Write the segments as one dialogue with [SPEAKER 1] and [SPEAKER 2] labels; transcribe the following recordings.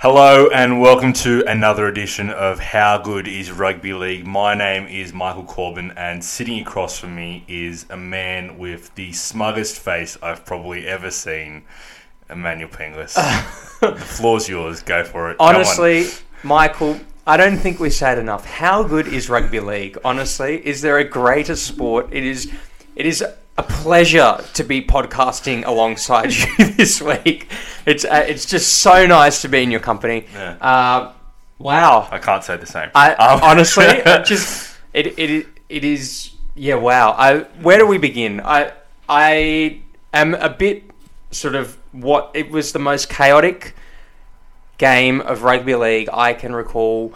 [SPEAKER 1] Hello and welcome to another edition of How Good is Rugby League. My name is Michael Corbin, and sitting across from me is a man with the smuggest face I've probably ever seen, Emmanuel Penglis. the floor's yours. Go for it. Come on.
[SPEAKER 2] Honestly, Michael, I don't think we said enough. How good is rugby league? Honestly, is there a greater sport? It is. It is a pleasure to be podcasting alongside you this week. It's uh, it's just so nice to be in your company.
[SPEAKER 1] Yeah.
[SPEAKER 2] Uh, wow.
[SPEAKER 1] I can't say the same.
[SPEAKER 2] I
[SPEAKER 1] Um,
[SPEAKER 2] honestly it just it, it it is yeah wow. I where do we begin? I I am a bit sort of what it was the most chaotic game of rugby league I can recall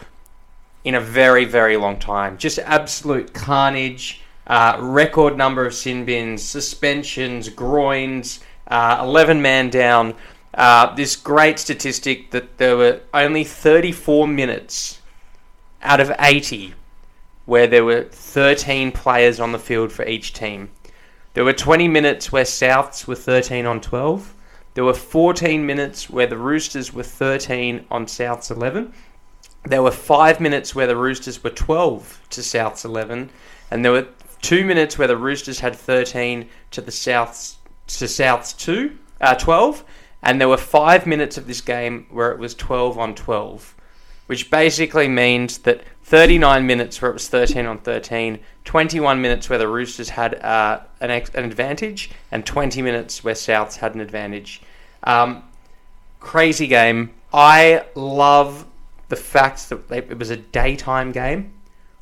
[SPEAKER 2] in a very very long time. Just absolute carnage. Uh, record number of sin bins, suspensions, groins, uh, 11 man down. Uh, this great statistic that there were only 34 minutes out of 80 where there were 13 players on the field for each team. There were 20 minutes where Souths were 13 on 12. There were 14 minutes where the Roosters were 13 on Souths 11. There were 5 minutes where the Roosters were 12 to Souths 11 and there were 2 minutes where the Roosters had 13 to the Souths to Souths 2 uh, 12 and there were 5 minutes of this game where it was 12 on 12 which basically means that 39 minutes where it was 13 on 13, 21 minutes where the Roosters had uh, an, ex- an advantage, and 20 minutes where Souths had an advantage. Um, crazy game. I love the fact that they- it was a daytime game.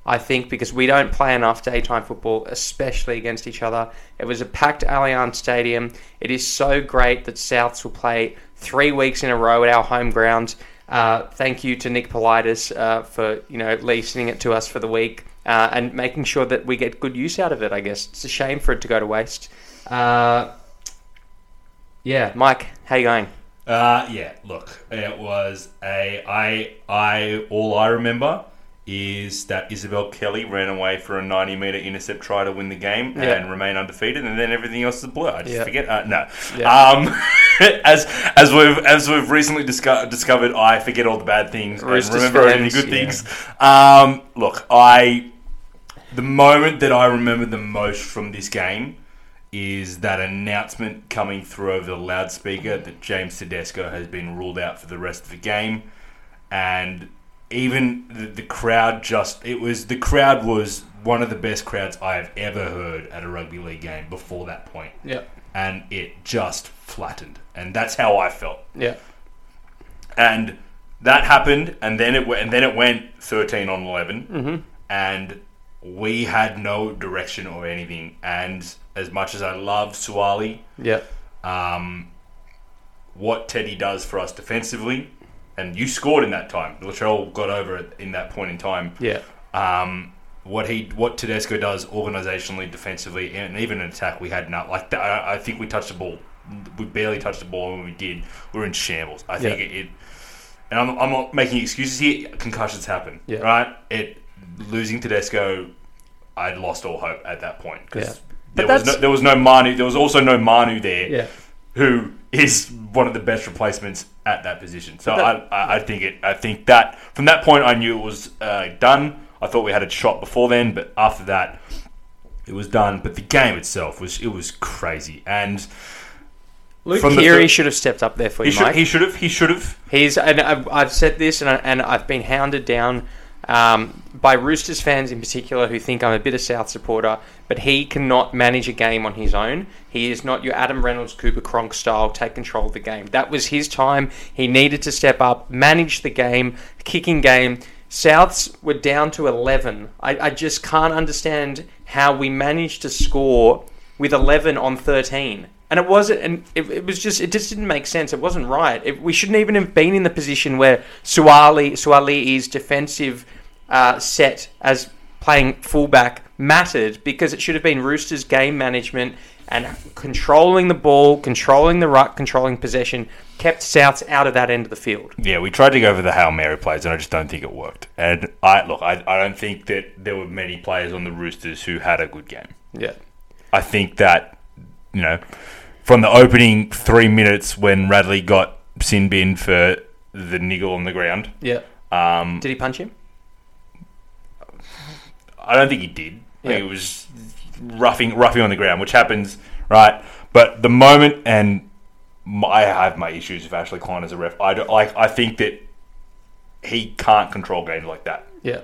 [SPEAKER 2] I think because we don't play enough daytime football, especially against each other. It was a packed Allianz Stadium. It is so great that Souths will play three weeks in a row at our home ground. Uh, thank you to Nick Politis uh, for you know leasing it to us for the week uh, and making sure that we get good use out of it. I guess it's a shame for it to go to waste. Uh, yeah, Mike, how you going?
[SPEAKER 1] Uh, yeah, look, it was a I I all I remember is that Isabel Kelly ran away for a 90 meter intercept try to win the game
[SPEAKER 2] Yeah.
[SPEAKER 1] and remain undefeated, and then everything else is a blur. I just
[SPEAKER 2] Yeah.
[SPEAKER 1] forget. Uh, no,
[SPEAKER 2] Yeah.
[SPEAKER 1] um, as as we've as we've recently disco- discovered, I forget all the bad things
[SPEAKER 2] Roosters
[SPEAKER 1] and remember only
[SPEAKER 2] fans,
[SPEAKER 1] the good
[SPEAKER 2] yeah.
[SPEAKER 1] things. Um, look, I the moment that I remember the most from this game is that announcement coming through over the loudspeaker that James Tedesco has been ruled out for the rest of the game, and even the, the crowd just it was the crowd was one of the best crowds I have ever heard at a rugby league game before that point,
[SPEAKER 2] Yeah,
[SPEAKER 1] and it just flattened, and that's how I felt
[SPEAKER 2] yeah,
[SPEAKER 1] and that happened, and then it went, and then it went thirteen on 11 and we had no direction or anything. And as much as I love Suwali,
[SPEAKER 2] yeah,
[SPEAKER 1] um, what Teddy does for us defensively, and you scored in that time. Latrell got over it in that point in time.
[SPEAKER 2] yeah,
[SPEAKER 1] Um, what he, what Tedesco does organisationally, defensively, and even an attack, we had not like that. I, I think we touched the ball. We barely touched the ball when we did. We were in shambles. I think
[SPEAKER 2] Yeah.
[SPEAKER 1] it, it. And I'm, I'm not making excuses here. Concussions happen,
[SPEAKER 2] Yeah.
[SPEAKER 1] right? It losing Tedesco, I'd lost all hope at that point
[SPEAKER 2] Yeah.
[SPEAKER 1] because
[SPEAKER 2] But
[SPEAKER 1] there was no,
[SPEAKER 2] that's-
[SPEAKER 1] there was no Manu. There was also no Manu there,
[SPEAKER 2] Yeah.
[SPEAKER 1] who is one of the best replacements at that position. So
[SPEAKER 2] But
[SPEAKER 1] I, I, I think it. I think that from that point, I knew it was uh, done. I thought we had a shot before then, but after that, it was done. But the game itself was it was crazy, and
[SPEAKER 2] Luke
[SPEAKER 1] From the
[SPEAKER 2] Keary
[SPEAKER 1] third-
[SPEAKER 2] should have stepped up there for
[SPEAKER 1] he
[SPEAKER 2] you, Mike.
[SPEAKER 1] should he should have he should have
[SPEAKER 2] He's and I've, I've said this, and, I, and I've been hounded down um, by Roosters fans in particular, who think I'm a bit of South supporter. But he cannot manage a game on his own. He is not your Adam Reynolds, Cooper Cronk style. Take control of the game. That was his time. He needed to step up, manage the game, kicking game. Souths were down to 11. I, I just can't understand how we managed to score with 11 on 13. And it wasn't, and it, it was just, it just didn't make sense. It wasn't right. It, we shouldn't even have been in the position where Suali, Suali's defensive uh, set as playing fullback mattered because it should have been Roosters' game management and controlling the ball, controlling the ruck, controlling possession, kept Souths out of that end of the field.
[SPEAKER 1] Yeah, we tried to go for the Hail Mary plays, and I just don't think it worked. And I look, I, I don't think that there were many players on the Roosters who had a good game.
[SPEAKER 2] Yeah.
[SPEAKER 1] I think that you know, from the opening three minutes when Radley got sin bin for the niggle on the ground,
[SPEAKER 2] Yeah.
[SPEAKER 1] um,
[SPEAKER 2] Did he punch him?
[SPEAKER 1] I don't think he did. I think
[SPEAKER 2] Yeah.
[SPEAKER 1] it was roughing roughing on the ground, which happens, right? But the moment, and my, I have my issues with Ashley Klein as a ref. I don't, like. I think that he can't control games like that.
[SPEAKER 2] Yeah.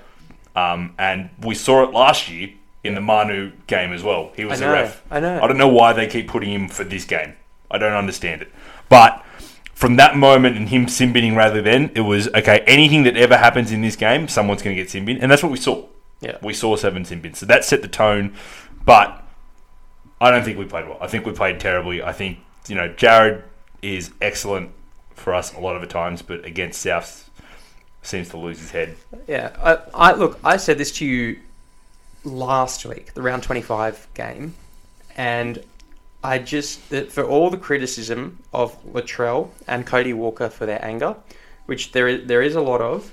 [SPEAKER 1] Um, and we saw it last year in the Manu game as well. He was
[SPEAKER 2] I
[SPEAKER 1] the
[SPEAKER 2] know,
[SPEAKER 1] ref.
[SPEAKER 2] I know.
[SPEAKER 1] I don't know why they keep putting him for this game. I don't understand it. But from that moment and him sin binning rather than it was okay. Anything that ever happens in this game, someone's going to get sin bin, and that's what we saw.
[SPEAKER 2] Yeah.
[SPEAKER 1] We saw seven sin bins, so that set the tone. But I don't think we played well. I think we played terribly. I think you know Jared is excellent for us a lot of the times, but against South seems to lose his head.
[SPEAKER 2] Yeah, I, I look. I said this to you last week, the round twenty-five game, and I just that for all the criticism of Latrell and Cody Walker for their anger, which there is, there is a lot of.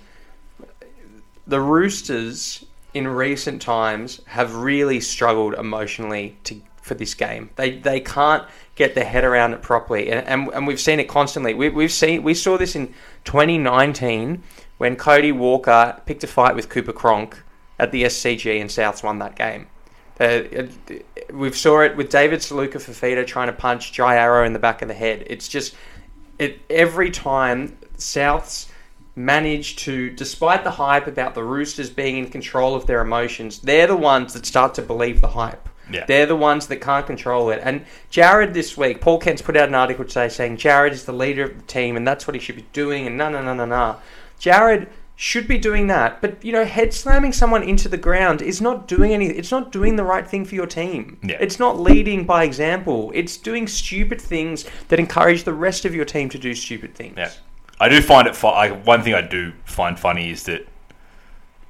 [SPEAKER 2] The Roosters in recent times have really struggled emotionally to for this game. They they can't get their head around it properly, and and, and we've seen it constantly. We, we've seen we saw this in 2019 when Cody Walker picked a fight with Cooper Cronk at the SCG, and Souths won that game. Uh, we've saw it with David Saluka Fafita trying to punch Jai Arrow in the back of the head. It's just it every time Souths manage to, despite the hype about the Roosters being in control of their emotions, they're the ones that start to believe the hype.
[SPEAKER 1] Yeah.
[SPEAKER 2] They're the ones that can't control it. And Jared this week, Paul Kent's put out an article today saying Jared is the leader of the team and that's what he should be doing and no no no no no. Jared should be doing that, but you know, head slamming someone into the ground is not doing anything. It's not doing the right thing for your team.
[SPEAKER 1] Yeah.
[SPEAKER 2] It's not leading by example. It's doing stupid things that encourage the rest of your team to do stupid things.
[SPEAKER 1] Yeah, I do find it. Fu- I, one thing I do find funny is that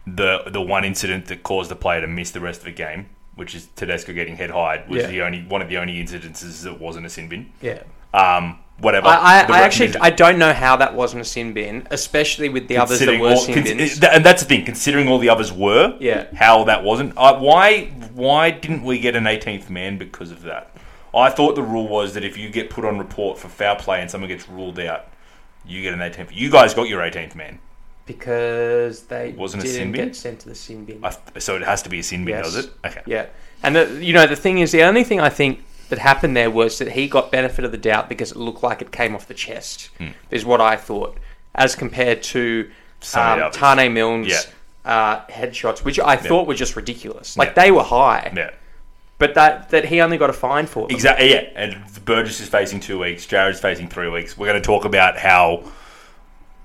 [SPEAKER 1] the the one incident that caused the player to miss the rest of the game, which is Tedesco getting head high, was
[SPEAKER 2] Yeah.
[SPEAKER 1] the only one of the only incidences that wasn't a sin bin.
[SPEAKER 2] Yeah.
[SPEAKER 1] Um, whatever.
[SPEAKER 2] I,
[SPEAKER 1] The
[SPEAKER 2] I, I
[SPEAKER 1] ref
[SPEAKER 2] actually
[SPEAKER 1] missed it.
[SPEAKER 2] I don't know how that wasn't a sin bin, especially with the others that
[SPEAKER 1] Considering
[SPEAKER 2] were
[SPEAKER 1] all-
[SPEAKER 2] sin
[SPEAKER 1] cons-
[SPEAKER 2] bins.
[SPEAKER 1] it- and that's the thing. Considering all the others were,
[SPEAKER 2] Yeah.
[SPEAKER 1] how that wasn't. I, why why didn't we get an 18th man because of that? I thought the rule was that if you get put on report for foul play and someone gets ruled out, you get an 18th. You guys got your 18th man.
[SPEAKER 2] because they
[SPEAKER 1] Wasn't a
[SPEAKER 2] didn't
[SPEAKER 1] sin bin?
[SPEAKER 2] get sent to the sin bin.
[SPEAKER 1] I th- so it has to be a sin bin,
[SPEAKER 2] Yes.
[SPEAKER 1] does it? Okay.
[SPEAKER 2] Yeah, and the, you know the thing is, the only thing I think that happened there was that he got benefit of the doubt because it looked like it came off the chest,
[SPEAKER 1] Hmm.
[SPEAKER 2] is what I thought, as compared to
[SPEAKER 1] Some of
[SPEAKER 2] um,
[SPEAKER 1] the others.
[SPEAKER 2] Tane Milne's
[SPEAKER 1] Yeah.
[SPEAKER 2] uh, headshots, which I thought were just ridiculous. Like
[SPEAKER 1] Yeah.
[SPEAKER 2] they were high,
[SPEAKER 1] Yeah.
[SPEAKER 2] but that that he only got a fine for. Them.
[SPEAKER 1] Exactly. Yeah. And Burgess is facing two weeks. Jared's facing three weeks. We're going to talk about how.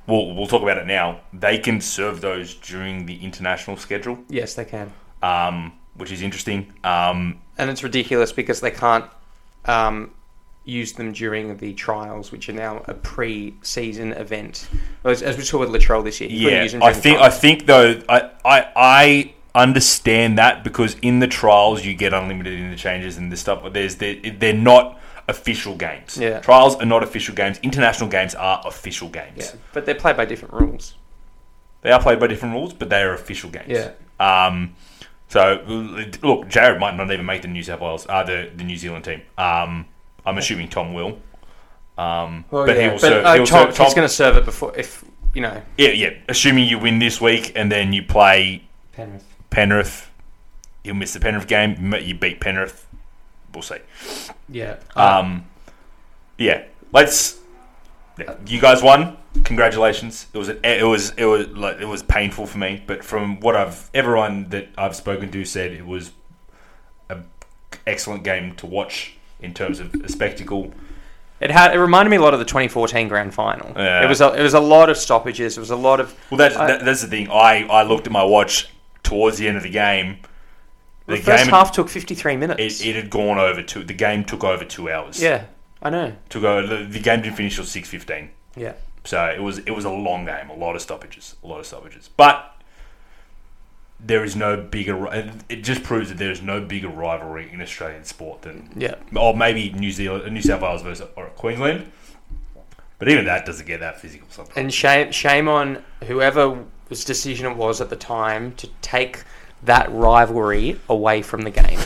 [SPEAKER 1] We'll, we'll talk about it now. They can serve those during the international schedule,
[SPEAKER 2] Yes, they can,
[SPEAKER 1] um, which is interesting. Um,
[SPEAKER 2] and it's ridiculous because they can't. Um, Use them during the trials, which are now a pre-season event. As, as we saw with Latrell this year, he couldn't
[SPEAKER 1] yeah,
[SPEAKER 2] use them
[SPEAKER 1] I
[SPEAKER 2] during the
[SPEAKER 1] think I
[SPEAKER 2] trials.
[SPEAKER 1] think though I, I I understand that because in the trials you get unlimited interchanges and this stuff. But there's they're, they're not official games.
[SPEAKER 2] Yeah.
[SPEAKER 1] Trials are not official games. International games are official games.
[SPEAKER 2] yeah, but they're played by different rules.
[SPEAKER 1] They are played by different rules, but they are official games.
[SPEAKER 2] Yeah.
[SPEAKER 1] Um, so look, Jared might not even make the New South Wales, uh, the the New Zealand team. Um, I'm assuming Tom will. Um,
[SPEAKER 2] Well,
[SPEAKER 1] but
[SPEAKER 2] yeah.
[SPEAKER 1] he will
[SPEAKER 2] but,
[SPEAKER 1] serve.
[SPEAKER 2] uh,
[SPEAKER 1] he'll
[SPEAKER 2] Tom,
[SPEAKER 1] serve Tom-
[SPEAKER 2] he's going to serve it before if you know
[SPEAKER 1] yeah, yeah. Assuming you win this week and then you play
[SPEAKER 2] Penrith.
[SPEAKER 1] Penrith, he'll miss the Penrith game. You beat Penrith, we'll see.
[SPEAKER 2] Yeah. Uh,
[SPEAKER 1] Um, yeah, let's. yeah, You guys won. Congratulations. It was an, it was it was like it was painful for me, but from what I've everyone that I've spoken to said it was an excellent game to watch in terms of a spectacle.
[SPEAKER 2] It had. It reminded me a lot of the 2014 Grand Final.
[SPEAKER 1] Yeah.
[SPEAKER 2] It was. A, it was a lot of stoppages. It was a lot of.
[SPEAKER 1] Well, that's,
[SPEAKER 2] I-
[SPEAKER 1] that, that's the thing. I, I looked at my watch towards the end of the game. The,
[SPEAKER 2] The, first
[SPEAKER 1] game
[SPEAKER 2] half took 53 minutes.
[SPEAKER 1] it, it had gone over two. The game took over two hours.
[SPEAKER 2] yeah, I know.
[SPEAKER 1] took over. The, the game didn't finish till six fifteen.
[SPEAKER 2] Yeah.
[SPEAKER 1] So it was it was a long game, a lot of stoppages, a lot of stoppages. But there is no bigger. It just proves that there is no bigger rivalry in Australian sport than,
[SPEAKER 2] Yeah.
[SPEAKER 1] or maybe New Zealand, New South Wales versus or Queensland. But even that doesn't get that physical sometimes.
[SPEAKER 2] And shame, shame on whoever whose decision it was at the time to take that rivalry away from the game.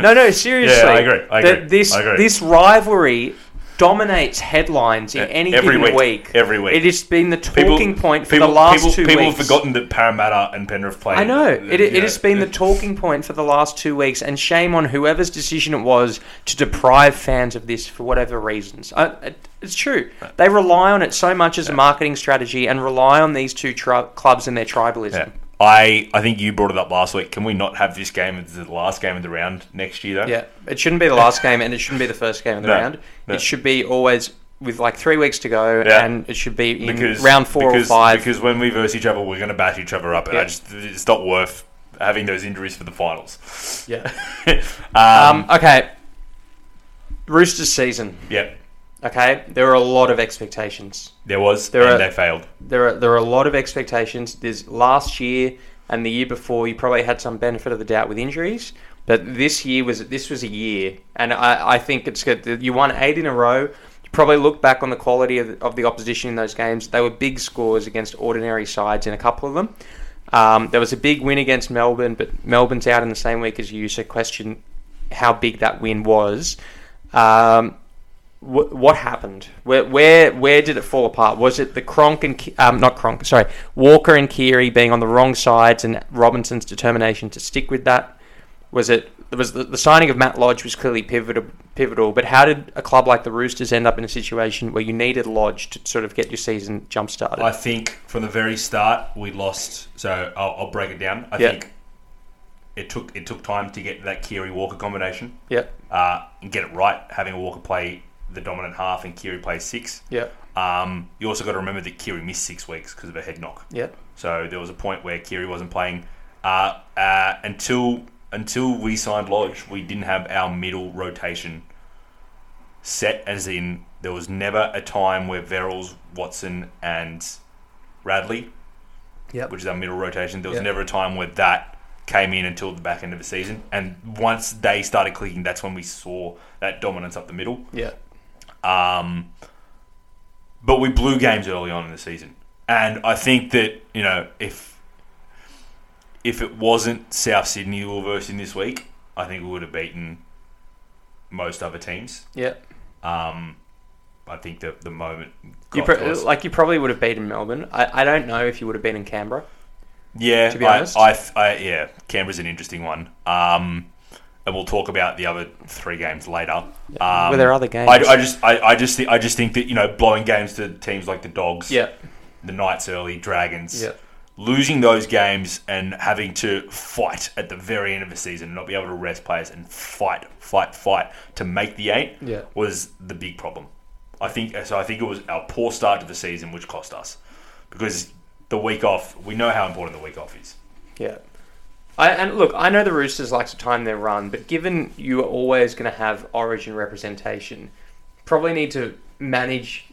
[SPEAKER 2] no, no, seriously.
[SPEAKER 1] Yeah, I agree, I
[SPEAKER 2] That
[SPEAKER 1] agree,
[SPEAKER 2] This
[SPEAKER 1] I agree.
[SPEAKER 2] this rivalry dominates headlines in
[SPEAKER 1] Yeah,
[SPEAKER 2] any
[SPEAKER 1] every
[SPEAKER 2] given
[SPEAKER 1] week,
[SPEAKER 2] week,
[SPEAKER 1] every week.
[SPEAKER 2] It has been the talking point for the last
[SPEAKER 1] people,
[SPEAKER 2] two
[SPEAKER 1] people
[SPEAKER 2] weeks.
[SPEAKER 1] have forgotten that Parramatta and Penrith played.
[SPEAKER 2] I know it,
[SPEAKER 1] you uh,
[SPEAKER 2] it has been the talking point for the last two weeks, and shame on whoever's decision it was to deprive fans of this for whatever reasons. I, it, it's true; they rely on it so much as a marketing strategy, and rely on these two tri- clubs and their tribalism.
[SPEAKER 1] Yeah. I I think you brought it up last week. Can we not have this game as the last game of the round next year? Though,
[SPEAKER 2] Yeah, it shouldn't be the last game, and it shouldn't be the first game of the
[SPEAKER 1] No,
[SPEAKER 2] round.
[SPEAKER 1] no.
[SPEAKER 2] It should be always with like three weeks to go,
[SPEAKER 1] Yeah.
[SPEAKER 2] and it should be in
[SPEAKER 1] because
[SPEAKER 2] round four
[SPEAKER 1] because,
[SPEAKER 2] or five.
[SPEAKER 1] Because when we verse each other, we're going to bash each other up, and I
[SPEAKER 2] Yeah.
[SPEAKER 1] just it's not worth having those injuries for the finals.
[SPEAKER 2] yeah.
[SPEAKER 1] um,
[SPEAKER 2] Um, okay. Roosters season.
[SPEAKER 1] yeah,
[SPEAKER 2] Okay, there are a lot of expectations.
[SPEAKER 1] there was,
[SPEAKER 2] There
[SPEAKER 1] and
[SPEAKER 2] are-
[SPEAKER 1] they failed.
[SPEAKER 2] there are there are a lot of expectations. There's last year and the year before. You probably had some benefit of the doubt with injuries, but this year was this was a year, and I, I think it's good. that You won eight in a row. You probably look back on the quality of the, of the opposition in those games. They were big scores against ordinary sides in a couple of them. Um, there was a big win against Melbourne, but Melbourne's out in the same week as you, so question how big that win was. Um, Wh- what happened? Where, where where did it fall apart? Was it the Cronk and Ki- um, not Cronk? Sorry, Walker and Keary being on the wrong sides, and Robinson's determination to stick with that. Was it was the, the signing of Matt Lodge was clearly pivotal, pivotal? But how did a club like the Roosters end up in a situation where you needed Lodge to sort of get your season jump started?
[SPEAKER 1] I think from the very start we lost. So I'll, I'll break it down. I
[SPEAKER 2] Yeah.
[SPEAKER 1] think it took it took time to get that Kiri Walker combination
[SPEAKER 2] Yep,
[SPEAKER 1] uh, and get it right. Having Walker play the dominant half and Kiri play six.
[SPEAKER 2] yep,
[SPEAKER 1] Um, you also got to remember that Kiri missed six weeks because of a head knock.
[SPEAKER 2] yep,
[SPEAKER 1] So there was a point where Kiri wasn't playing. Uh, uh, until until we signed Lodge, we didn't have our middle rotation set. As in, there was never a time where Verrills, Watson, and Radley,
[SPEAKER 2] Yep.
[SPEAKER 1] which is our middle rotation, there was
[SPEAKER 2] Yep.
[SPEAKER 1] never a time where that came in until the back end of the season. And once they started clicking, that's when we saw that dominance up the middle.
[SPEAKER 2] yep,
[SPEAKER 1] Um, but we blew games early on in the season, and I think that you know if if it wasn't South Sydney we were versing this week, I think we would have beaten most other teams.
[SPEAKER 2] yep.
[SPEAKER 1] Um, I think that the moment
[SPEAKER 2] You
[SPEAKER 1] got
[SPEAKER 2] pro-
[SPEAKER 1] to us.
[SPEAKER 2] like you probably would have beaten Melbourne. I, I don't know if you would have beaten Canberra.
[SPEAKER 1] yeah,
[SPEAKER 2] to be
[SPEAKER 1] I,
[SPEAKER 2] honest.
[SPEAKER 1] I, I, yeah, Canberra's an interesting one. Um, and we'll talk about the other three games later. Um,
[SPEAKER 2] Were there other
[SPEAKER 1] I,
[SPEAKER 2] games?
[SPEAKER 1] I just, I, I just, thi- I just think that you know, blowing games to teams like the Dogs,
[SPEAKER 2] Yep,
[SPEAKER 1] the Knights early, Dragons.
[SPEAKER 2] yep.
[SPEAKER 1] Losing those games and having to fight at the very end of the season, not be able to rest players and fight, fight, fight to make the eight
[SPEAKER 2] Yeah.
[SPEAKER 1] was the big problem. I think so. I think it was our poor start to the season which cost us because the week off. We know how important the week off is.
[SPEAKER 2] Yeah. I, and look, I know the Roosters like to time their run, but given you are always going to have origin representation, probably need to manage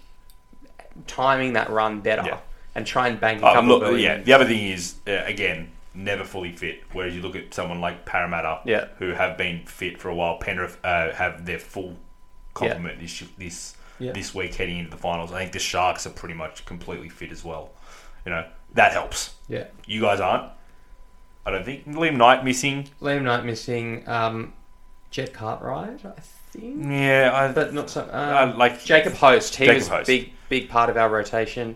[SPEAKER 2] timing that run better
[SPEAKER 1] Yeah.
[SPEAKER 2] and try and bank a
[SPEAKER 1] Um,
[SPEAKER 2] couple
[SPEAKER 1] look,
[SPEAKER 2] of billion.
[SPEAKER 1] yeah. The other thing is uh, again never fully fit. Whereas you look at someone like Parramatta,
[SPEAKER 2] Yeah.
[SPEAKER 1] who have been fit for a while. Penrith uh, have their full complement this this
[SPEAKER 2] Yeah.
[SPEAKER 1] this week heading into the finals. I think the Sharks are pretty much completely fit as well. You know that helps.
[SPEAKER 2] Yeah.
[SPEAKER 1] You guys aren't. I don't think Liam Knight missing.
[SPEAKER 2] Liam Knight missing um, Jet Cartwright, I think.
[SPEAKER 1] Yeah, I,
[SPEAKER 2] But not so. Um,
[SPEAKER 1] I like
[SPEAKER 2] Jacob Host. He
[SPEAKER 1] Uh, Jacob
[SPEAKER 2] was
[SPEAKER 1] Host.
[SPEAKER 2] big, big part of our rotation.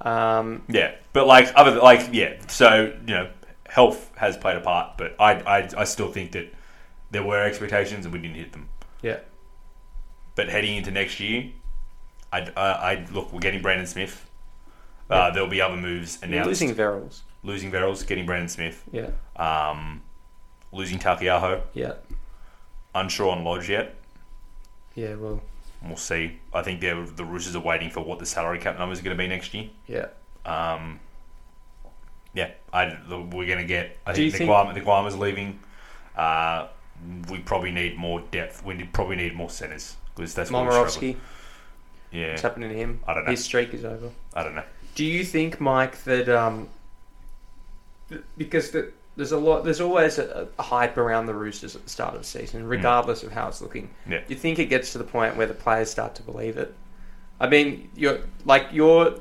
[SPEAKER 2] Um,
[SPEAKER 1] Yeah, but like other th- like yeah, so you know, health has played a part, but I I, I still think that there were expectations and we didn't hit them.
[SPEAKER 2] yeah.
[SPEAKER 1] But heading into next year, I I look, we're getting Brandon Smith. Uh, There'll be other moves announced.
[SPEAKER 2] Losing Verrills.
[SPEAKER 1] losing Verrills, getting Brandon Smith,
[SPEAKER 2] Yeah.
[SPEAKER 1] um, losing Takiaho.
[SPEAKER 2] Yeah.
[SPEAKER 1] Unsure on Lodge yet.
[SPEAKER 2] Yeah, well.
[SPEAKER 1] We'll see. I think they're, the Roosters are waiting for what the salary cap numbers are going to be next year.
[SPEAKER 2] Yeah.
[SPEAKER 1] Yeah, I, the, we're going to get. I
[SPEAKER 2] Do you
[SPEAKER 1] think the
[SPEAKER 2] think-
[SPEAKER 1] Guam, the Guam is leaving. Uh, we probably need more depth. We need, probably need more centers because that's what we're struggling.
[SPEAKER 2] Momorowski,
[SPEAKER 1] Yeah,
[SPEAKER 2] what's happening to him?
[SPEAKER 1] I don't know.
[SPEAKER 2] His streak is over.
[SPEAKER 1] I don't know.
[SPEAKER 2] Do you think, Mike, that um, th- because the, there's a lot, there's always a, a hype around the Roosters at the start of the season, regardless of how it's looking.
[SPEAKER 1] Mm. Yeah.
[SPEAKER 2] Do you think it gets to the point where the players start to believe it? I mean, your like your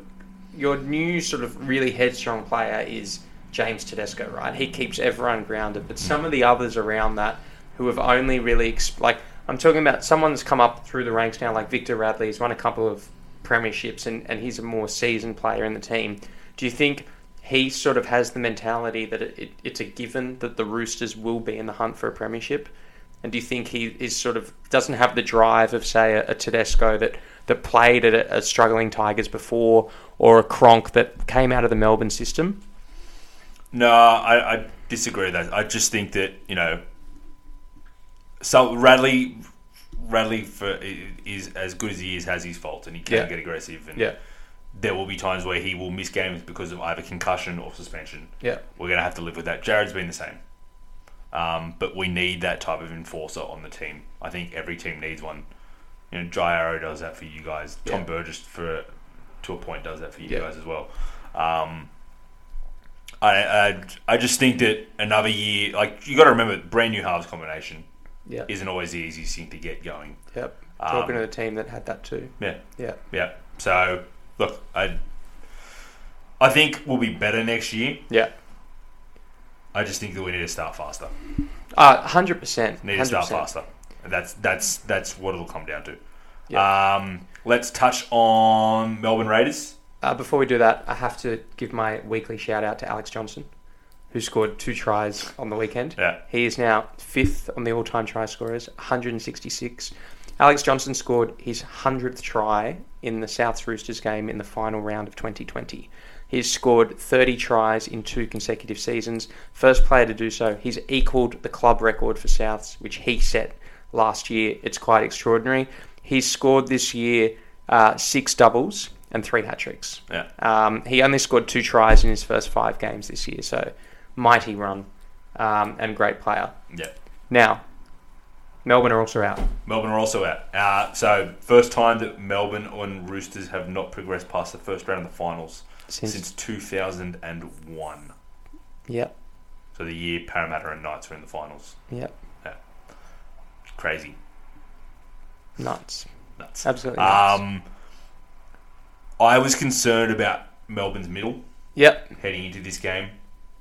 [SPEAKER 2] your new sort of really headstrong player is James Tedesco, right? He keeps everyone grounded, but some of the others around that who have only really ex- like I'm talking about someone that's come up through the ranks now, like Victor Radley. He's won a couple of premierships, and and he's a more seasoned player in the team. Do you think? He sort of has the mentality that it, it, it's a given that the Roosters will be in the hunt for a premiership. And do you think he is sort of doesn't have the drive of say a, a Tedesco that that played at a, a struggling Tigers before, or a Cronk that came out of the Melbourne system?
[SPEAKER 1] No, I, I disagree with that. I just think that you know, so Radley, Radley for, is as good as he is has his faults, and he can
[SPEAKER 2] Yeah.
[SPEAKER 1] get aggressive. And
[SPEAKER 2] Yeah.
[SPEAKER 1] there will be times where he will miss games because of either concussion or suspension.
[SPEAKER 2] Yeah.
[SPEAKER 1] we're gonna have to live with that. Jared's been the same, um, but we need that type of enforcer on the team. I think every team needs one. You know, Jai Arrow does that for you guys. Tom
[SPEAKER 2] Yeah.
[SPEAKER 1] Burgess for to a point does that for you
[SPEAKER 2] Yeah.
[SPEAKER 1] guys as well. Um, I, I I just think that another year, like you got to remember, brand new halves combination
[SPEAKER 2] Yeah.
[SPEAKER 1] isn't always the easiest thing to get going.
[SPEAKER 2] Yep.
[SPEAKER 1] Um,
[SPEAKER 2] Talking to the team that had that too.
[SPEAKER 1] Yeah,
[SPEAKER 2] Yeah.
[SPEAKER 1] yeah. So look, I I think we'll be better next year.
[SPEAKER 2] Yeah.
[SPEAKER 1] I just think that we need to start faster.
[SPEAKER 2] Uh, hundred percent.
[SPEAKER 1] Need to start faster. And That's that's that's what it'll come down to.
[SPEAKER 2] Yeah.
[SPEAKER 1] Um, let's touch on Melbourne Raiders.
[SPEAKER 2] Uh, before we do that, I have to give my weekly shout out to Alex Johnson, who scored two tries on the weekend.
[SPEAKER 1] Yeah.
[SPEAKER 2] He is now fifth on the all time try scorers, 166. Alex Johnson scored his 100th try in the Souths Roosters game in the final round of 2020. He has scored 30 tries in two consecutive seasons. First player to do so, he's equalled the club record for Souths, which he set last year. It's quite extraordinary. He's scored this year uh, six doubles and three hat tricks.
[SPEAKER 1] Yeah.
[SPEAKER 2] Um, he only scored two tries in his first five games this year, so mighty run um, and great player.
[SPEAKER 1] Yeah.
[SPEAKER 2] Now, Melbourne are also out.
[SPEAKER 1] Melbourne are also out. Uh, so first time that Melbourne and Roosters have not progressed past the first round of the finals
[SPEAKER 2] Since-
[SPEAKER 1] since, 2001.
[SPEAKER 2] Yep,
[SPEAKER 1] So the year Parramatta and Knights were in the finals.
[SPEAKER 2] yep,
[SPEAKER 1] Crazy.
[SPEAKER 2] nuts,
[SPEAKER 1] Nuts.
[SPEAKER 2] absolutely nuts.
[SPEAKER 1] Um, I was concerned about Melbourne's middle
[SPEAKER 2] yep,
[SPEAKER 1] heading into this game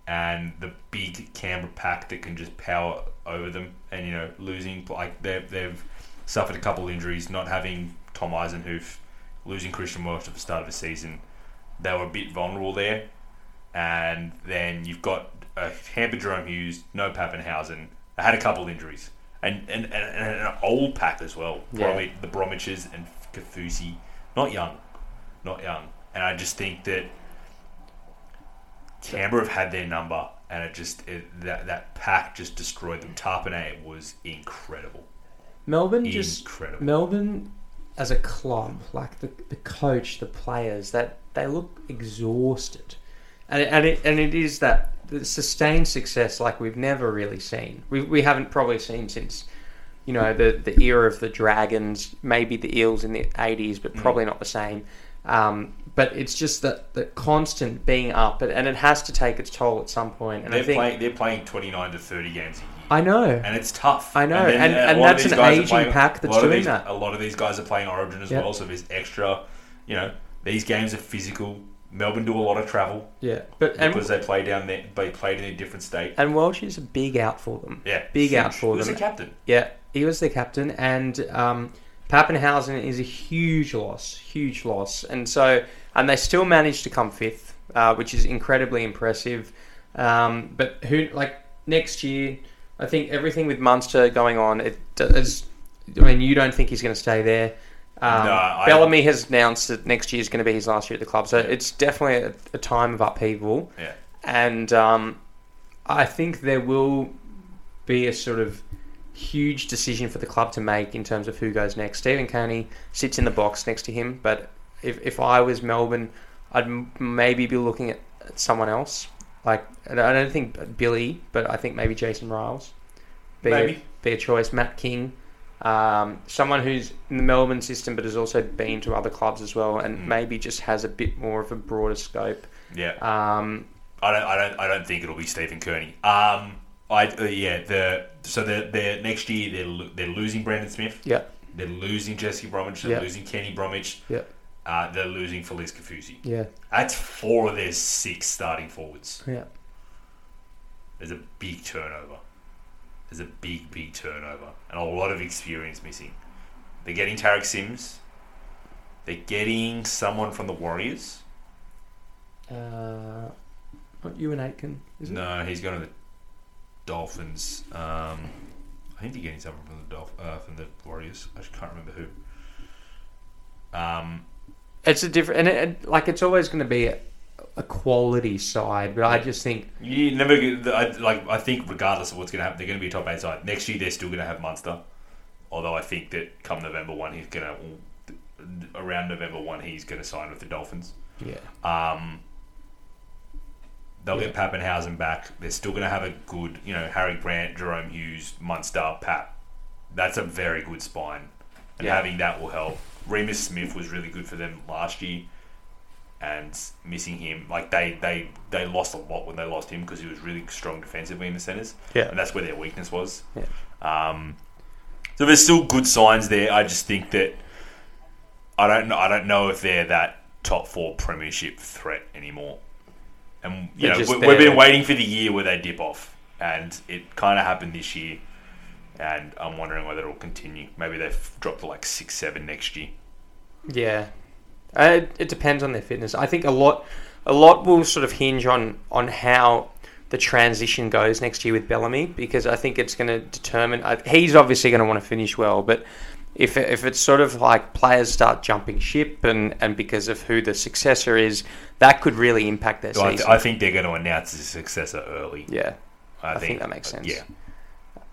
[SPEAKER 1] and the big Canberra pack that can just power over them and, you know, losing, like, they've, they've suffered a couple injuries, not having Tom Eisenhoof, losing Christian Welsh at the start of the season. They were a bit vulnerable there. And then you've got a hamper Jerome Hughes, no Pappenhausen. They had a couple injuries. And, and, and, and an old pack as well.
[SPEAKER 2] Yeah.
[SPEAKER 1] Bromwich- the Bromwiches and Kafusi. Not young. Not young. And I just think that Canberra have had their number, and it just it, that that pack just destroyed them. Tarpanay was incredible,
[SPEAKER 2] Melbourne just
[SPEAKER 1] incredible.
[SPEAKER 2] Melbourne as a club, like the, the coach, the players, that they look exhausted, and it, and it, and it is that the sustained success like we've never really seen. We we haven't probably seen since. You know the the era of the dragons, maybe the eels in the eighties,
[SPEAKER 1] Mm.
[SPEAKER 2] but probably not the same. Um, but it's just that the constant being up, and, and it has to take its toll at some point. And
[SPEAKER 1] they're
[SPEAKER 2] I think
[SPEAKER 1] playing they're playing twenty nine to thirty games a year,
[SPEAKER 2] I know.
[SPEAKER 1] and it's tough.
[SPEAKER 2] I know, and-
[SPEAKER 1] then a
[SPEAKER 2] and
[SPEAKER 1] lot of
[SPEAKER 2] that's
[SPEAKER 1] these
[SPEAKER 2] an
[SPEAKER 1] guys are
[SPEAKER 2] aging pack that's
[SPEAKER 1] a lot of
[SPEAKER 2] doing
[SPEAKER 1] these-
[SPEAKER 2] that.
[SPEAKER 1] A lot of these guys are playing Origin as
[SPEAKER 2] Yeah.
[SPEAKER 1] well, so there's extra. You know, these games are physical. Melbourne do a lot of travel
[SPEAKER 2] yeah, but and
[SPEAKER 1] because they play down there. They played in a different state.
[SPEAKER 2] and Welsh is a big out for them.
[SPEAKER 1] Yeah,
[SPEAKER 2] big
[SPEAKER 1] huge.
[SPEAKER 2] out for
[SPEAKER 1] Who's
[SPEAKER 2] them.
[SPEAKER 1] the captain?
[SPEAKER 2] yeah, he was the captain, and um, Pappenhausen is a huge loss, huge loss, and so and they still managed to come fifth, uh, which is incredibly impressive. Um, but who like next year? I think everything with Munster going on, it does. I mean, you don't think he's going to stay there. Um,
[SPEAKER 1] No, I-
[SPEAKER 2] Bellamy has announced that next year is going to be his last year at the club, so it's definitely a, a time of upheaval
[SPEAKER 1] Yeah,
[SPEAKER 2] and um, I think there will be a sort of huge decision for the club to make in terms of who goes next. Stephen Kearney sits in the box next to him, but if, if I was Melbourne, I'd m- maybe be looking at, at someone else. Like I don't I don't think Billy, but I think maybe Jason Riles. Be A,
[SPEAKER 1] Maybe.
[SPEAKER 2] be a choice. Matt King, um, someone who's in the Melbourne system, but has also been to other clubs as well, and
[SPEAKER 1] Mm.
[SPEAKER 2] maybe just has a bit more of a broader scope.
[SPEAKER 1] Yeah.
[SPEAKER 2] Um,
[SPEAKER 1] I don't, I don't, I don't think it'll be Stephen Kearney. Um, I uh, yeah, the so the the next year they're lo- they're losing Brandon Smith.
[SPEAKER 2] Yeah.
[SPEAKER 1] They're losing Jesse Bromwich. They're
[SPEAKER 2] Yeah.
[SPEAKER 1] losing Kenny Bromwich.
[SPEAKER 2] Yeah.
[SPEAKER 1] Uh, they're losing Felice Kafusi.
[SPEAKER 2] yeah,
[SPEAKER 1] That's four of their six starting forwards.
[SPEAKER 2] yeah.
[SPEAKER 1] There's a big turnover. There's a big, big turnover, and a lot of experience missing. They're getting Tarek Sims. They're getting someone from the Warriors.
[SPEAKER 2] Uh, not Ewan Aitken, is it?
[SPEAKER 1] No, he's going to the Dolphins. Um, I think they're getting someone from the Dolph- uh, from the Warriors. I just can't remember who. Um,
[SPEAKER 2] It's a different, and it, it- like it's always going to be a, a quality side, but I just think
[SPEAKER 1] you never get- I, like. I think regardless of what's going to happen, they're going to be a top eight side next year. They're still going to have Munster, although I think that come November one, he's going to around November one, he's going to sign with the Dolphins.
[SPEAKER 2] yeah,
[SPEAKER 1] Um, they'll
[SPEAKER 2] Yeah.
[SPEAKER 1] get Pappenhausen back. They're still going to have a good, you know, Harry Grant, Jerome Hughes, Munster, Pap. That's a very good spine, and
[SPEAKER 2] Yeah.
[SPEAKER 1] having that will help. Remus Smith was really good for them last year, and missing him, like they they they lost a lot when they lost him because he was really strong defensively in the centres,
[SPEAKER 2] Yeah.
[SPEAKER 1] and that's where their weakness was. Um, so there's still good signs there. I just think that I don't know. I don't know if they're that top four premiership threat anymore. And you
[SPEAKER 2] They're
[SPEAKER 1] know,
[SPEAKER 2] just
[SPEAKER 1] we, we've
[SPEAKER 2] there.
[SPEAKER 1] been waiting for the year where they dip off, and it kind of happened this year. And I'm wondering whether it'll continue. Maybe they've dropped to like six, seven next year.
[SPEAKER 2] yeah. Uh, It, it depends on their fitness. I think a lot, a lot will sort of hinge on on how the transition goes next year with Bellamy, because I think it's going to determine. I, he's obviously going to want to finish well, but if if it's sort of like players start jumping ship and and because of who the successor is, that could really impact their
[SPEAKER 1] So I,
[SPEAKER 2] season.
[SPEAKER 1] th- I think they're going to announce his successor early.
[SPEAKER 2] yeah,
[SPEAKER 1] I,
[SPEAKER 2] I think uh, that makes sense.
[SPEAKER 1] Yeah,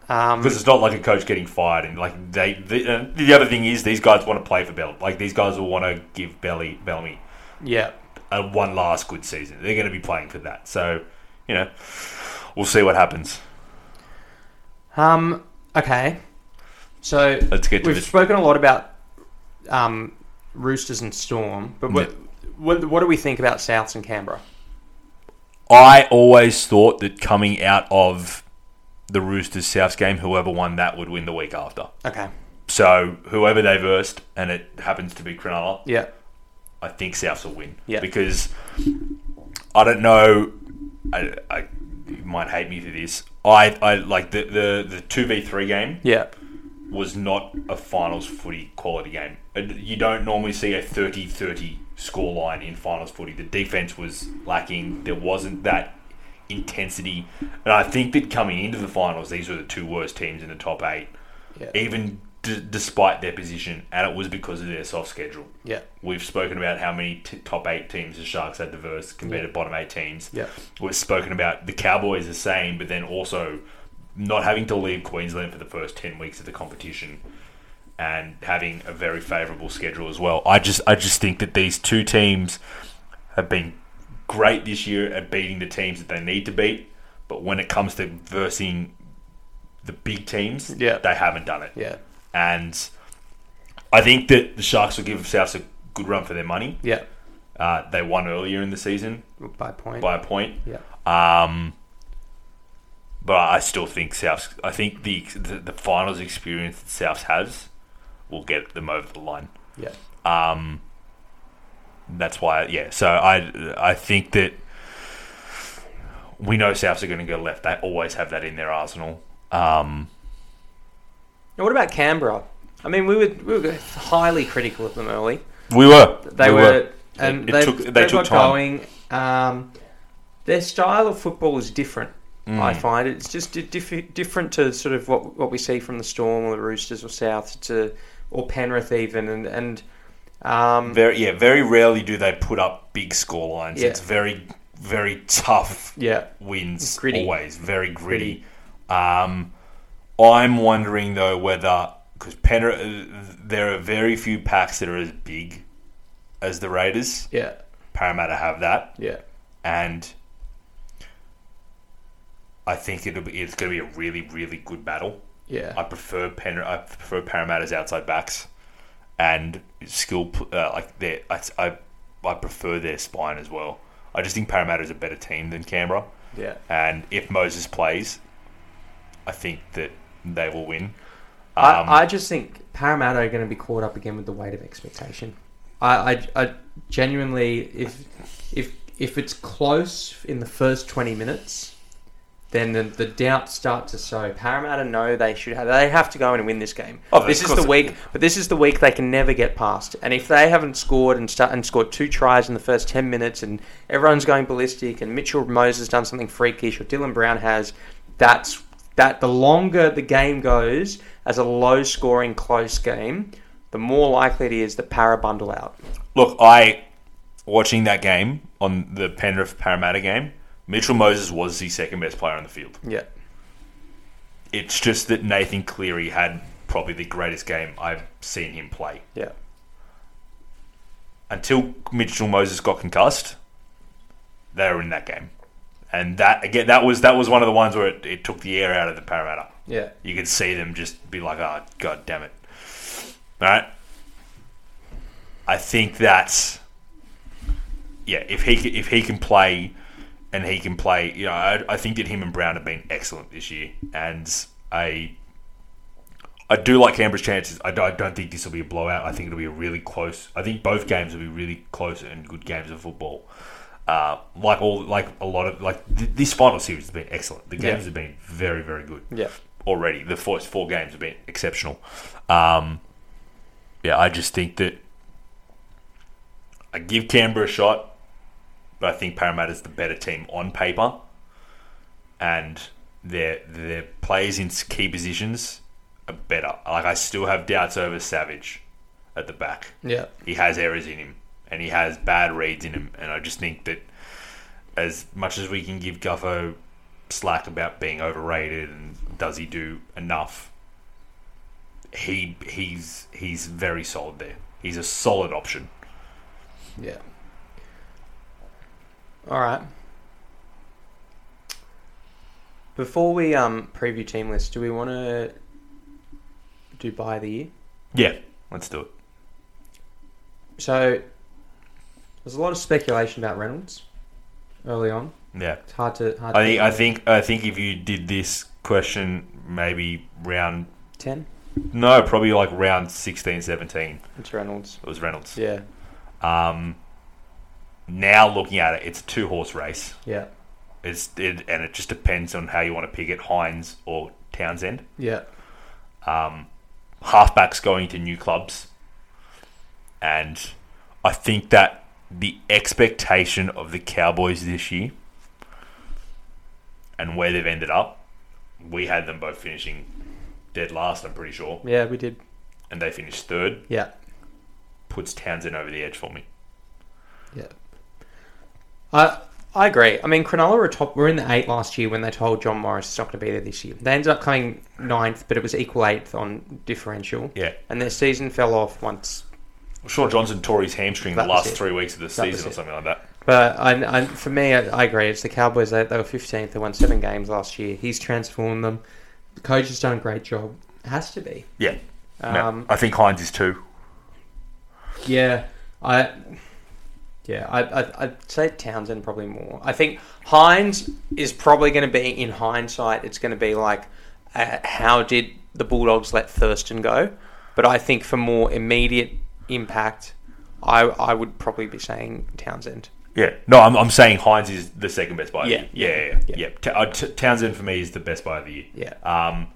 [SPEAKER 2] um,
[SPEAKER 1] because it's not like a coach getting fired and like they. The, uh, the other thing is these guys want to play for Bell. Like these guys will want to give Belly Bellamy
[SPEAKER 2] yeah.
[SPEAKER 1] a one last good season. They're going to be playing for that. So, you know, we'll see what happens.
[SPEAKER 2] Um. Okay. So
[SPEAKER 1] Let's get to
[SPEAKER 2] we've
[SPEAKER 1] this.
[SPEAKER 2] spoken a lot about um, Roosters and Storm, but what, what what do we think about Souths and Canberra?
[SPEAKER 1] I always thought that coming out of the Roosters Souths game, whoever won that would win the week after.
[SPEAKER 2] Okay.
[SPEAKER 1] So, whoever they versed, and it happens to be Cronulla,
[SPEAKER 2] Yeah.
[SPEAKER 1] I think Souths will win.
[SPEAKER 2] Yeah.
[SPEAKER 1] Because I don't know. I, I you might hate me for this. I, I like the the the two v three game.
[SPEAKER 2] Yeah.
[SPEAKER 1] was not a finals footy quality game. And You don't normally see a 30 30 scoreline in finals footy. The defense was lacking, there wasn't that intensity. And I think that coming into the finals, these were the two worst teams in the top eight,
[SPEAKER 2] Yeah.
[SPEAKER 1] even d- despite their position, and it was because of their soft schedule.
[SPEAKER 2] Yeah.
[SPEAKER 1] We've spoken about how many t- top eight teams the Sharks had diverse compared to bottom eight teams.
[SPEAKER 2] Yeah.
[SPEAKER 1] We've spoken about the Cowboys the same, but then also not having to leave Queensland for the first 10 weeks of the competition and having a very favourable schedule as well. I just I just think that these two teams have been great this year at beating the teams that they need to beat, but when it comes to versing the big teams,
[SPEAKER 2] Yeah.
[SPEAKER 1] they haven't done it.
[SPEAKER 2] Yeah.
[SPEAKER 1] And I think that the Sharks will give Souths a good run for their money.
[SPEAKER 2] Yeah.
[SPEAKER 1] Uh, they won earlier in the season
[SPEAKER 2] By point.
[SPEAKER 1] by a point.
[SPEAKER 2] yeah.
[SPEAKER 1] Um, but I still think Souths. I think the, the the finals experience that Souths has will get them over the line.
[SPEAKER 2] Yeah.
[SPEAKER 1] Um, that's why, yeah. So I I think that we know Souths are going to go left. They always have that in their arsenal. Um,
[SPEAKER 2] Now, what about Canberra? I mean, we were we were highly critical of them early.
[SPEAKER 1] we were.
[SPEAKER 2] They
[SPEAKER 1] we
[SPEAKER 2] were, and
[SPEAKER 1] It- it
[SPEAKER 2] they
[SPEAKER 1] took-
[SPEAKER 2] they
[SPEAKER 1] they
[SPEAKER 2] got
[SPEAKER 1] took time.
[SPEAKER 2] going. Um, their style of football is different.
[SPEAKER 1] Mm.
[SPEAKER 2] I find it's just di- diff- different to sort of what what we see from the Storm or the Roosters or South to or Penrith even, and and um,
[SPEAKER 1] Very yeah. Very rarely do they put up big score lines.
[SPEAKER 2] Yeah.
[SPEAKER 1] It's very very tough
[SPEAKER 2] yeah,
[SPEAKER 1] wins
[SPEAKER 2] Gritty.
[SPEAKER 1] always very gritty. Um, I'm wondering though whether because Penrith, uh, there are very few packs that are as big as the Raiders.
[SPEAKER 2] Yeah,
[SPEAKER 1] Parramatta have that,
[SPEAKER 2] yeah.
[SPEAKER 1] and I think it'll be it's going to be a really really good battle.
[SPEAKER 2] Yeah.
[SPEAKER 1] I prefer Penrith. I prefer Parramatta's outside backs and skill pl- uh, like their. I, I I prefer their spine as well. I just think Parramatta is a better team than Canberra,
[SPEAKER 2] yeah.
[SPEAKER 1] and if Moses plays, I think that they will win. um,
[SPEAKER 2] I, I just think Parramatta are going to be caught up again with the weight of expectation. I, I, I genuinely, if if if it's close in the first twenty minutes, then the, the doubts start to sow. Parramatta know they should have they have to go in and win this game.
[SPEAKER 1] Oh,
[SPEAKER 2] this
[SPEAKER 1] of
[SPEAKER 2] is
[SPEAKER 1] course
[SPEAKER 2] the
[SPEAKER 1] they-
[SPEAKER 2] week, but this is the week they can never get past. And if they haven't scored and start and scored two tries in the first ten minutes, and everyone's going ballistic, and Mitchell Moses done something freakish, or Dylan Brown has, that's that. The longer the game goes as a low scoring close game, the more likely it is that Para bundle out.
[SPEAKER 1] Look, I watching that game on the Penrith Parramatta game. Mitchell Moses was the second best player on the field.
[SPEAKER 2] Yeah,
[SPEAKER 1] It's just that Nathan Cleary had probably the greatest game I've seen him play.
[SPEAKER 2] yeah,
[SPEAKER 1] Until Mitchell Moses got concussed, they were in that game, and that again that was that was one of the ones where it, it took the air out of the Parramatta.
[SPEAKER 2] yeah.
[SPEAKER 1] You could see them just be like, "Oh, god damn it!" All right. I think that's yeah. If he c- if he can play, and he can play, you know, I, I think that him and Brown have been excellent this year, and I I do like Canberra's chances. I, do, I don't think this will be a blowout. I think it'll be a really close. I think both games will be really close and good games of football. Uh, like all, like a lot of like th- this final series has been excellent. The games
[SPEAKER 2] Yeah.
[SPEAKER 1] have been very, very good
[SPEAKER 2] Yeah.
[SPEAKER 1] already. The first four games have been exceptional. Um, yeah, I just think that I give Canberra a shot, but I think Parramatta's the better team on paper, and their their players in key positions are better. Like I still have doubts over Savage at the back
[SPEAKER 2] Yeah,
[SPEAKER 1] he has errors in him and he has bad reads in him. And I just think that as much as we can give Guffo slack about being overrated and does he do enough, he he's he's very solid there. He's a solid option.
[SPEAKER 2] yeah. All right. Before we um preview team list, do we want to do buy of the year?
[SPEAKER 1] Yeah, let's do it.
[SPEAKER 2] So there's a lot of speculation about Reynolds early on.
[SPEAKER 1] Yeah,
[SPEAKER 2] It's hard to hard
[SPEAKER 1] I think
[SPEAKER 2] to
[SPEAKER 1] I think I think if you did this question maybe round
[SPEAKER 2] ten.
[SPEAKER 1] no probably like round 16 17
[SPEAKER 2] It's Reynolds.
[SPEAKER 1] it was reynolds
[SPEAKER 2] Yeah,
[SPEAKER 1] um now looking at it it's a two horse race
[SPEAKER 2] yeah,
[SPEAKER 1] It's it, and it just depends on how you want to pick it, Hines or Townsend.
[SPEAKER 2] yeah,
[SPEAKER 1] Halfbacks going to new clubs, and I think that the expectation of the Cowboys this year and where they've ended up, we had them both finishing dead last. I'm pretty sure,
[SPEAKER 2] yeah. We did.
[SPEAKER 1] and they finished third.
[SPEAKER 2] Yeah,
[SPEAKER 1] Puts Townsend over the edge for me.
[SPEAKER 2] yeah. I I agree. I mean, Cronulla were top. Were in the eight last year when they told John Morris it's not going to be there this year. They ended up coming ninth, but it was equal eighth on differential.
[SPEAKER 1] Yeah,
[SPEAKER 2] And their season fell off once
[SPEAKER 1] Sean Johnson tore his hamstring
[SPEAKER 2] That
[SPEAKER 1] the
[SPEAKER 2] was
[SPEAKER 1] last
[SPEAKER 2] it.
[SPEAKER 1] three weeks of the
[SPEAKER 2] That was
[SPEAKER 1] season or
[SPEAKER 2] it.
[SPEAKER 1] something like that.
[SPEAKER 2] But I, I, for me, I, I agree. It's the Cowboys. They, they were 15th. They won seven games last year. He's transformed them. The coach has done a great job. Has to be.
[SPEAKER 1] Yeah,
[SPEAKER 2] Um,
[SPEAKER 1] I think Hines is two.
[SPEAKER 2] Yeah. I. Yeah, I, I, I'd say Townsend probably more. I think Hines is probably going to be, in hindsight, it's going to be like, uh, how did the Bulldogs let Thurston go? But I think for more immediate impact, I, I would probably be saying Townsend.
[SPEAKER 1] Yeah. No, I'm, I'm saying Hines is the second best buy.
[SPEAKER 2] Yeah.
[SPEAKER 1] Of the year. Yeah. Yeah. yeah.
[SPEAKER 2] Yeah.
[SPEAKER 1] yeah. T- uh, T- Townsend for me is the best buy of the year.
[SPEAKER 2] Yeah.
[SPEAKER 1] Um,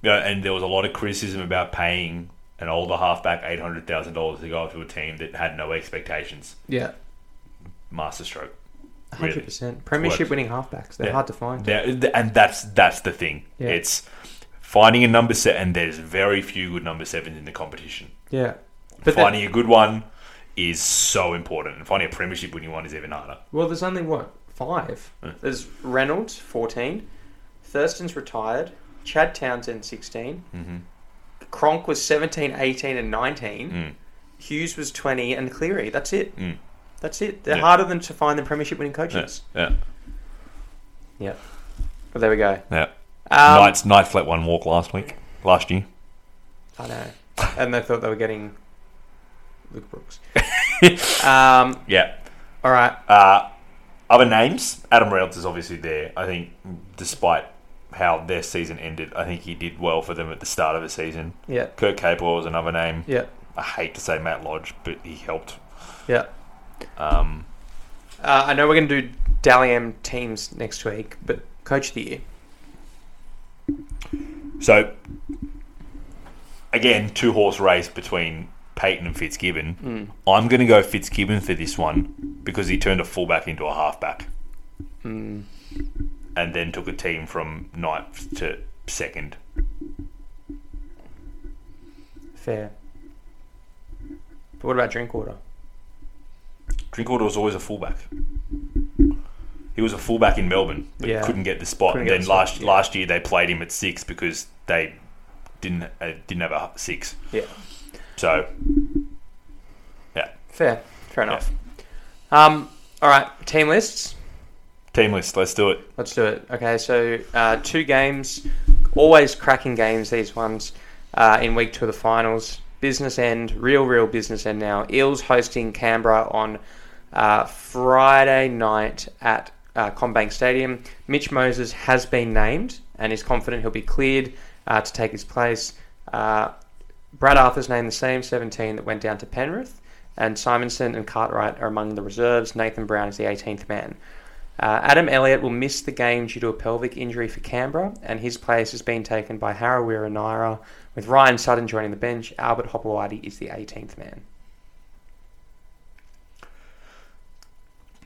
[SPEAKER 1] you know, and there was a lot of criticism about paying an older halfback eight hundred thousand dollars to go up to a team that had no expectations.
[SPEAKER 2] Yeah.
[SPEAKER 1] Masterstroke.
[SPEAKER 2] Hundred
[SPEAKER 1] Really.
[SPEAKER 2] percent. Premiership
[SPEAKER 1] Works.
[SPEAKER 2] winning halfbacks. They're
[SPEAKER 1] Yeah.
[SPEAKER 2] hard to find.
[SPEAKER 1] There, th- and that's that's the thing.
[SPEAKER 2] Yeah.
[SPEAKER 1] It's finding a number set, and there's very few good number sevens in the competition.
[SPEAKER 2] Yeah. But then,
[SPEAKER 1] finding a good one is so important, and finding a premiership winning one is even harder.
[SPEAKER 2] well, there's only what five. There's Reynolds, fourteen. Thurston's retired. Chad Townsend 16.
[SPEAKER 1] Mm-hmm.
[SPEAKER 2] Kronk was 17, 18, and 19.
[SPEAKER 1] Mm.
[SPEAKER 2] Hughes was 20, and Cleary. That's it.
[SPEAKER 1] Mm.
[SPEAKER 2] That's it. They're
[SPEAKER 1] Yeah.
[SPEAKER 2] harder than to find the premiership winning coaches.
[SPEAKER 1] Yeah.
[SPEAKER 2] Yeah. Well, there we go.
[SPEAKER 1] Yeah.
[SPEAKER 2] Um,
[SPEAKER 1] Knights, Knights let one walk last week, last year.
[SPEAKER 2] I know. And they thought they were getting Luke Brooks. um,
[SPEAKER 1] Yeah.
[SPEAKER 2] all right.
[SPEAKER 1] Uh, other names, Adam Reynolds is obviously there. I think, despite how their season ended, I think he did well for them at the start of the season.
[SPEAKER 2] Yeah.
[SPEAKER 1] Kirk Capewell is another name.
[SPEAKER 2] Yeah.
[SPEAKER 1] I hate to say Matt Lodge, but he helped.
[SPEAKER 2] Yeah.
[SPEAKER 1] Um,
[SPEAKER 2] Uh, I know we're going to do Dally M teams next week, but coach of the year.
[SPEAKER 1] so, again, two horse race between Peyton and Fitzgibbon.
[SPEAKER 2] Hmm.
[SPEAKER 1] I'm going to go Fitzgibbon for this one because he turned a fullback into a halfback.
[SPEAKER 2] Hmm.
[SPEAKER 1] And then took a team from ninth to second.
[SPEAKER 2] Fair. But what about Drinkwater?
[SPEAKER 1] Drinkwater was always a fullback. He was a fullback in Melbourne, but
[SPEAKER 2] Yeah.
[SPEAKER 1] couldn't get the spot.
[SPEAKER 2] Couldn't
[SPEAKER 1] and
[SPEAKER 2] get
[SPEAKER 1] then
[SPEAKER 2] the spot,
[SPEAKER 1] last
[SPEAKER 2] yeah.
[SPEAKER 1] last year they played him at six because they didn't uh, didn't have a six.
[SPEAKER 2] Yeah.
[SPEAKER 1] So yeah,
[SPEAKER 2] Fair. Fair enough. Um, all right. Team lists.
[SPEAKER 1] team list. Let's do it.
[SPEAKER 2] Let's do it. Okay. So uh, two games. Always cracking games, these ones. Uh, in week two of the finals. Business end. Real, real business end now. Eels hosting Canberra on uh, Friday night at uh, Combank Stadium. Mitch Moses has been named and is confident he'll be cleared uh, to take his place. Uh, Brad Arthur's named the same 17 that went down to Penrith, and Simonson and Cartwright are among the reserves. Nathan Brown is the 18th man. Uh, Adam Elliott will miss the game due to a pelvic injury for Canberra, and his place has been taken by Harawira Naira, with Ryan Sutton joining the bench. Albert Hopewadi is the 18th man.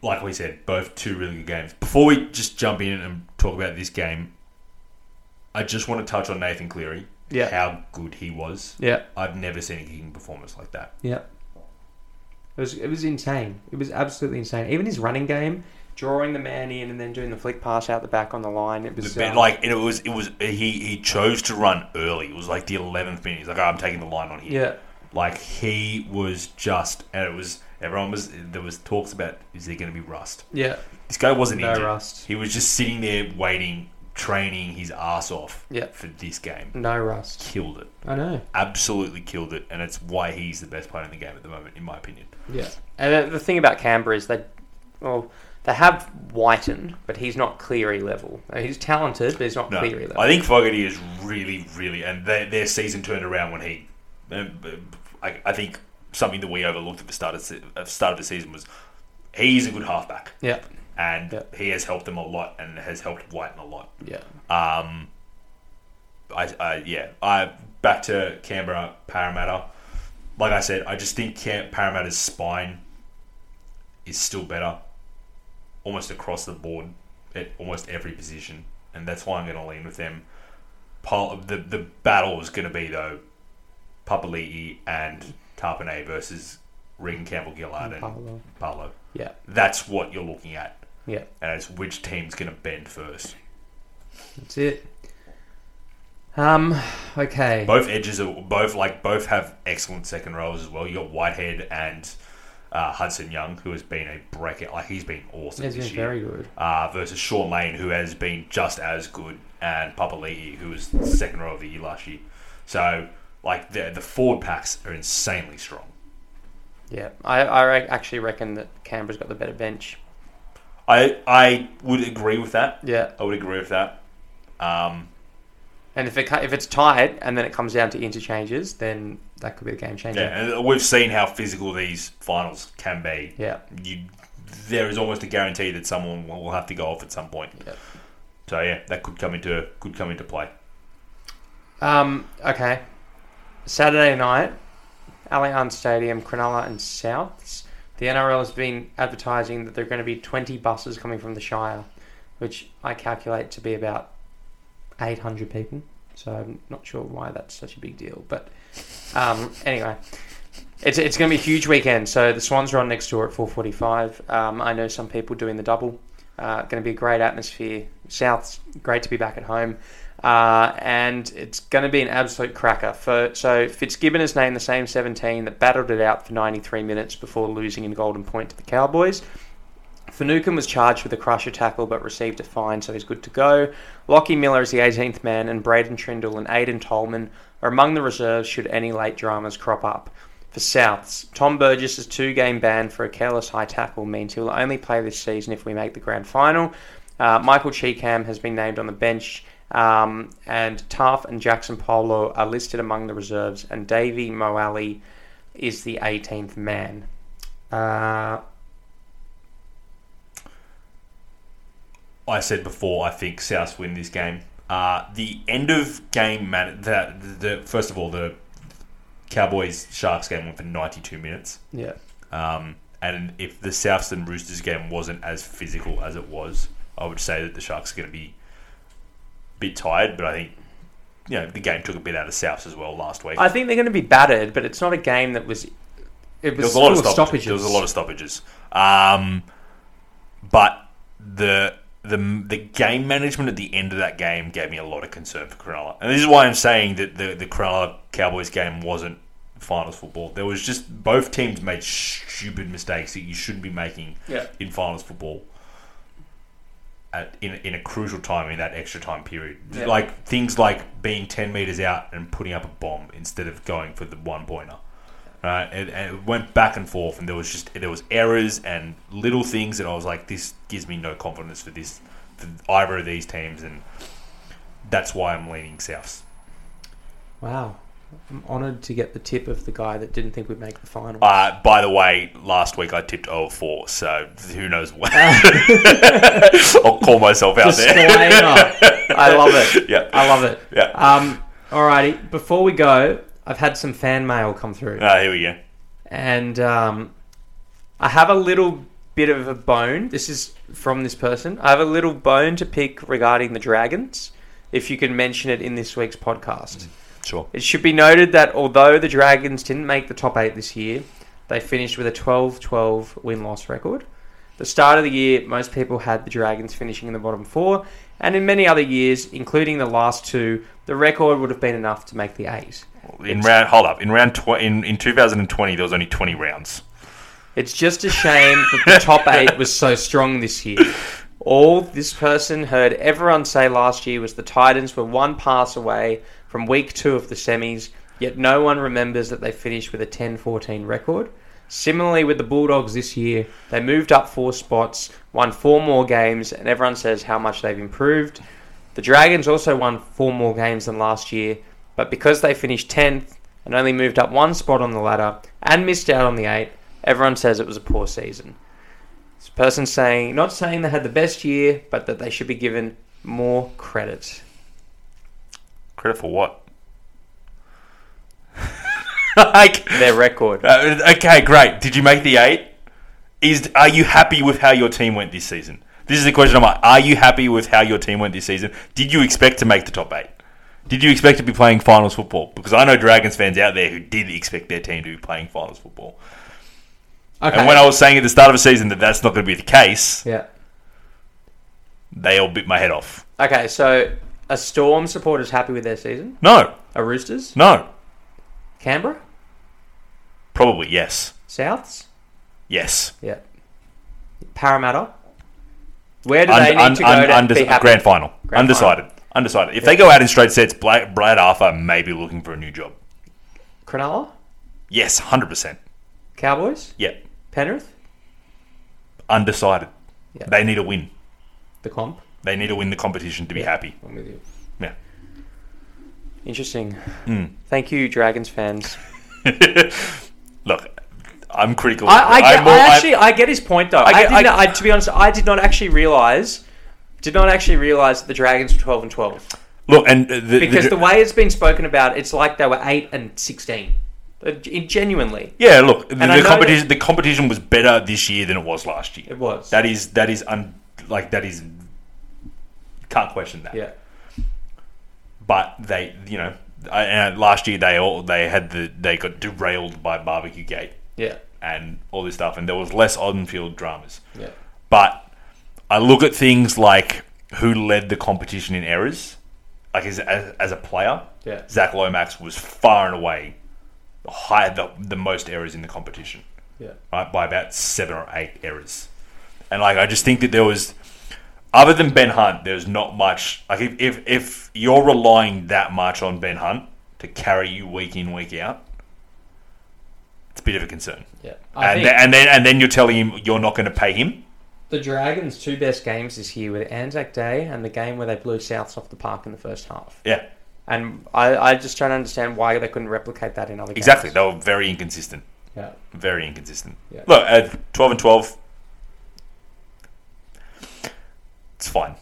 [SPEAKER 1] Like we said, both two really good games. Before we just jump in and talk about this game, I just want to touch on Nathan Cleary.
[SPEAKER 2] Yeah.
[SPEAKER 1] how good he was.
[SPEAKER 2] Yeah,
[SPEAKER 1] I've never seen a kicking performance like that.
[SPEAKER 2] yeah. It was, it was insane. It was absolutely insane. Even his running game, drawing the man in and then doing the flick pass out the back on the line, it was uh,
[SPEAKER 1] The bit, like it was, it was he he chose to run early. It was like the eleventh minute. He's like, oh, I'm taking the line on here.
[SPEAKER 2] yeah,
[SPEAKER 1] Like he was just, and it was everyone was there was talks about is there going to be rust?
[SPEAKER 2] yeah,
[SPEAKER 1] This guy wasn't
[SPEAKER 2] No
[SPEAKER 1] injured.
[SPEAKER 2] rust.
[SPEAKER 1] He was just sitting there waiting, training his ass off
[SPEAKER 2] Yeah.
[SPEAKER 1] for this game.
[SPEAKER 2] no rust.
[SPEAKER 1] Killed it,
[SPEAKER 2] I know.
[SPEAKER 1] absolutely killed it, and it's why he's the best player in the game at the moment, in my opinion.
[SPEAKER 2] Yeah, and the- the thing about Canberra is they, well, they have Whiten, but he's not Cleary level. Uh, He's talented, but he's not
[SPEAKER 1] No,
[SPEAKER 2] Cleary level.
[SPEAKER 1] I think Fogarty is really, really, and their, their season turned around when he. um, I, I think something that we overlooked at the start of, se- uh, start of the season was he's a good halfback,
[SPEAKER 2] yeah,
[SPEAKER 1] and
[SPEAKER 2] Yeah.
[SPEAKER 1] he has helped them a lot, and has helped Whiten a lot.
[SPEAKER 2] yeah,
[SPEAKER 1] Um, I, I yeah, I back to Canberra Parramatta. Like I said, I just think Cam- Parramatta's spine is still better, almost across the board at almost every position, and that's why I'm going to lean with them. Pol- the the battle is going to be though, Papali'i and Tarpanay versus Regan Campbell Gillard and
[SPEAKER 2] Paolo.
[SPEAKER 1] Paolo.
[SPEAKER 2] yeah,
[SPEAKER 1] That's what you're looking at,
[SPEAKER 2] yeah.
[SPEAKER 1] and it's which team's going to bend first.
[SPEAKER 2] That's it. Um. Okay.
[SPEAKER 1] Both edges are both like both have excellent second rows as well. You got Whitehead and uh, Hudson Young, who has been a breakout. Like he's been awesome
[SPEAKER 2] It's
[SPEAKER 1] this
[SPEAKER 2] been
[SPEAKER 1] year.
[SPEAKER 2] very good.
[SPEAKER 1] uh, versus Sean Lane, who has been just as good, and Papali'i, who was second row of the year last year. So like the the forward packs are insanely strong.
[SPEAKER 2] Yeah, I, I re- actually reckon that Canberra's got the better bench.
[SPEAKER 1] I I would agree with that.
[SPEAKER 2] Yeah,
[SPEAKER 1] I would agree with that. Um,
[SPEAKER 2] and if it cu- if it's tight and then it comes down to interchanges, then that could be the game changer.
[SPEAKER 1] yeah, and we've seen how physical these finals can be.
[SPEAKER 2] yeah.
[SPEAKER 1] you there is almost a guarantee that someone will will have to go off at some point.
[SPEAKER 2] Yep.
[SPEAKER 1] So yeah, that could come into could come into play.
[SPEAKER 2] Um, okay. Saturday night, Allianz Stadium, Cronulla and Souths. The NRL has been advertising that there are going to be 20 buses coming from the Shire, which I calculate to be about 800 people. So I'm not sure why that's such a big deal. But um, anyway, it's, it's going to be a huge weekend. So the Swans are on next door at 4.45. Um, I know some people doing the double. Uh, going to be a great atmosphere. South's great to be back at home. Uh, and it's going to be an absolute cracker. For, so Fitzgibbon is named the same 17 that battled it out for 93 minutes before losing in golden point to the Cowboys. Finucane was charged with a crusher tackle but received a fine, so he's good to go. Lockie Miller is the 18th man, and Braden Trindle and Aidan Tolman are among the reserves should any late dramas crop up. For Souths, Tom Burgess' two game ban for a careless high tackle means he'll only play this season if we make the grand final. Uh, Michael Cheekham has been named on the bench, um, and Taff and Jackson Polo are listed among the reserves, and Davey Moali is the 18th man. Uh,
[SPEAKER 1] I said before, I think South win this game. Uh, the end of game man that the, the first of all the Cowboys Sharks game went for 92 minutes.
[SPEAKER 2] yeah.
[SPEAKER 1] Um, and if the Souths and Roosters game wasn't as physical as it was, I would say that the Sharks are going to be a bit tired. But I think you know the game took a bit out of Souths as well last week.
[SPEAKER 2] I think they're going to be battered, but it's not a game that was. It
[SPEAKER 1] there
[SPEAKER 2] was,
[SPEAKER 1] was a lot of
[SPEAKER 2] full
[SPEAKER 1] stoppages. There was a lot of stoppages. Um, but the the the game management at the end of that game gave me a lot of concern for Cronulla, and this is why I'm saying that the the Cronulla Cowboys game wasn't finals football. There was just both teams made stupid mistakes that you shouldn't be making
[SPEAKER 2] Yeah.
[SPEAKER 1] in finals football. At, in, in a crucial time in that extra time period,
[SPEAKER 2] Yeah.
[SPEAKER 1] like things like being ten meters out and putting up a bomb instead of going for the one pointer right? And, and it went back and forth, and there was just there was errors and little things that I was like, this gives me no confidence for this for either of these teams, and that's why I'm leaning Souths.
[SPEAKER 2] Wow. I'm honoured to get the tip of the guy that didn't think we'd make the final.
[SPEAKER 1] Uh, by the way, last week I tipped 0-4, so who knows what? I'll call myself out there.
[SPEAKER 2] Disclaimer. I love it.
[SPEAKER 1] Yeah.
[SPEAKER 2] I love it.
[SPEAKER 1] Yeah.
[SPEAKER 2] Um, alrighty. Before we go, I've had some fan mail come through.
[SPEAKER 1] Ah, here we go.
[SPEAKER 2] and um, I have a little bit of a bone. This is from this person. I have a little bone to pick regarding the Dragons, if you can mention it in this week's podcast.
[SPEAKER 1] Sure.
[SPEAKER 2] It should be noted that although the Dragons didn't make the top eight this year, they finished with a 12 12 win loss record. The start of the year, most people had the Dragons finishing in the bottom four, and in many other years, including the last two, the record would have been enough to make the eight.
[SPEAKER 1] In round, hold up. In round tw- in, in 2020, there was only 20 rounds.
[SPEAKER 2] It's just a shame that the top eight was so strong this year. All this person heard everyone say last year was the Titans were one pass away from week two of the semis, yet no one remembers that they finished with a 10 14 record. Similarly, with the Bulldogs this year, they moved up four spots, won four more games, and everyone says how much they've improved. The Dragons also won four more games than last year, but because they finished 10th and only moved up one spot on the ladder and missed out on the 8, everyone says it was a poor season. This person saying, not saying they had the best year, but that they should be given more credit.
[SPEAKER 1] Credit for what? like,
[SPEAKER 2] Their record.
[SPEAKER 1] Uh, okay, great. Did you make the eight? Is are you happy with how your team went this season? This is the question I'm like. Are you happy with how your team went this season? Did you expect to make the top eight? Did you expect to be playing finals football? Because I know Dragons fans out there who did expect their team to be playing finals football.
[SPEAKER 2] Okay.
[SPEAKER 1] And when I was saying at the start of the season that that's not going to be the case,
[SPEAKER 2] yeah.
[SPEAKER 1] they all bit my head off.
[SPEAKER 2] Okay, so a Storm supporter's happy with their season.
[SPEAKER 1] No,
[SPEAKER 2] A Roosters?
[SPEAKER 1] no,
[SPEAKER 2] Canberra?
[SPEAKER 1] probably yes,
[SPEAKER 2] Souths?
[SPEAKER 1] yes.
[SPEAKER 2] Yeah. Parramatta? Where do they
[SPEAKER 1] Und-
[SPEAKER 2] need
[SPEAKER 1] un-
[SPEAKER 2] to go
[SPEAKER 1] un-
[SPEAKER 2] to
[SPEAKER 1] undes-
[SPEAKER 2] be happy?
[SPEAKER 1] grand final,
[SPEAKER 2] Grand
[SPEAKER 1] undecided, undecided. If they go out in straight sets, Bla- Brad Arthur may be looking for a new job.
[SPEAKER 2] Cronulla?
[SPEAKER 1] Yes, hundred percent.
[SPEAKER 2] Cowboys?
[SPEAKER 1] Yeah,
[SPEAKER 2] Penrith?
[SPEAKER 1] undecided.
[SPEAKER 2] Yeah.
[SPEAKER 1] They need a win.
[SPEAKER 2] The comp?
[SPEAKER 1] They need to win the competition to be happy.
[SPEAKER 2] I'm with you.
[SPEAKER 1] Yeah.
[SPEAKER 2] Interesting. Thank you, Dragons fans.
[SPEAKER 1] Look, I'm critical.
[SPEAKER 2] I, I,
[SPEAKER 1] I'm
[SPEAKER 2] get-
[SPEAKER 1] more-
[SPEAKER 2] I
[SPEAKER 1] I'm-
[SPEAKER 2] actually, I get his point though. I,
[SPEAKER 1] get-
[SPEAKER 2] did
[SPEAKER 1] I-
[SPEAKER 2] not, I, to be honest, I did not actually realize, did not actually realize that the Dragons were twelve and twelve
[SPEAKER 1] look, and uh, the,
[SPEAKER 2] because
[SPEAKER 1] the-
[SPEAKER 2] the way it's been spoken about, it's like they were eight and sixteen. Uh, gen- Genuinely,
[SPEAKER 1] yeah, look, the,
[SPEAKER 2] I
[SPEAKER 1] the
[SPEAKER 2] know
[SPEAKER 1] competition the competition was better this year than it was last year.
[SPEAKER 2] it was.
[SPEAKER 1] That is that is un, like that is can't question that.
[SPEAKER 2] yeah,
[SPEAKER 1] But they, you know, I, and last year they all they had the they got derailed by Barbecue Gate
[SPEAKER 2] yeah,
[SPEAKER 1] and all this stuff, and there was less on field dramas.
[SPEAKER 2] yeah.
[SPEAKER 1] But I look at things like who led the competition in errors, like as, as, as a player.
[SPEAKER 2] Yeah.
[SPEAKER 1] Zach Lomax was far and away the high the, the most errors in the competition
[SPEAKER 2] Yeah.
[SPEAKER 1] right, by about seven or eight errors. And like I just think that there was, other than Ben Hunt, there's not much. Like if if, if you're relying that much on Ben Hunt to carry you week in week out, it's a bit of a concern.
[SPEAKER 2] Yeah. I
[SPEAKER 1] And,
[SPEAKER 2] think
[SPEAKER 1] th- and then and then you're telling him you're not going to pay him.
[SPEAKER 2] the Dragons' two best games this year were Anzac Day and the game where they blew Souths off the park in the first half.
[SPEAKER 1] Yeah,
[SPEAKER 2] And I, I just don't understand why they couldn't replicate that in other games.
[SPEAKER 1] exactly. They were very inconsistent.
[SPEAKER 2] Yeah.
[SPEAKER 1] Very inconsistent.
[SPEAKER 2] Yeah.
[SPEAKER 1] Look, at twelve and twelve, it's fine.